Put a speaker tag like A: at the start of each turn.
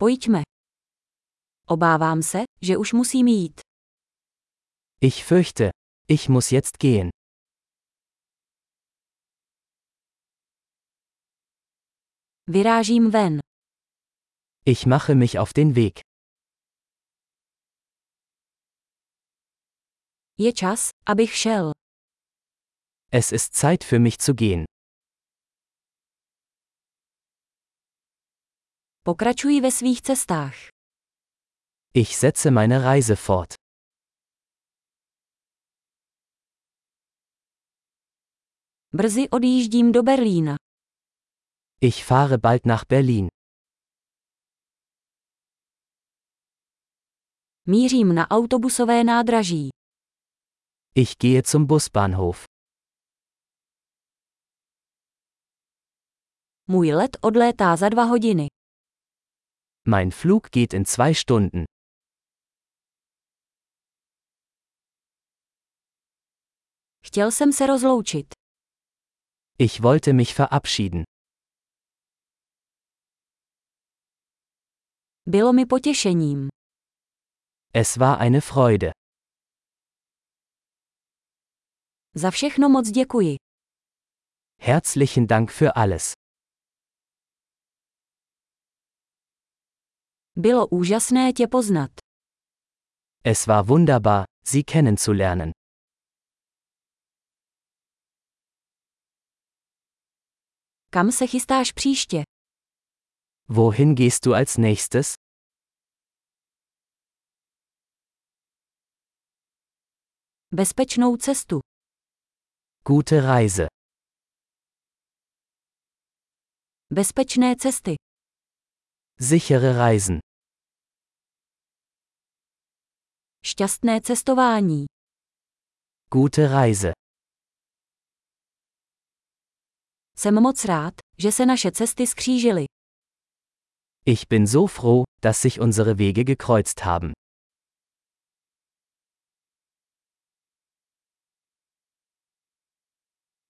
A: Pojďme. Obávám se, že už musím jít.
B: Ich fürchte, ich muss jetzt gehen.
A: Vyrážím ven.
B: Ich mache mich auf den Weg.
A: Je čas, abych šel.
B: Es ist Zeit für mich zu gehen.
A: Pokračuji ve svých cestách.
B: Ich setze meine Reise fort.
A: Brzy odjíždím do Berlína.
B: Ich fahre bald nach Berlin.
A: Mířím na autobusové nádraží.
B: Ich gehe zum Busbahnhof.
A: Můj let odlétá za dva hodiny.
B: Mein Flug geht in zwei Stunden.
A: Chtěl jsem se rozloučit.
B: Ich wollte mich verabschieden.
A: Bylo mi potěšením.
B: Es war eine Freude.
A: Za všechno moc děkuji.
B: Herzlichen Dank für alles.
A: Bylo úžasné tě poznat.
B: Es war wunderbar, Sie kennenzulernen.
A: Kam se chystáš příště?
B: Wohin gehst du als nächstes?
A: Bezpečnou cestu.
B: Gute Reise.
A: Bezpečné cesty.
B: Sichere Reisen.
A: Šťastné cestování.
B: Gute Reise.
A: Jsem moc rád, že se naše cesty skřížily.
B: Ich bin so froh, dass sich unsere Wege gekreuzt haben.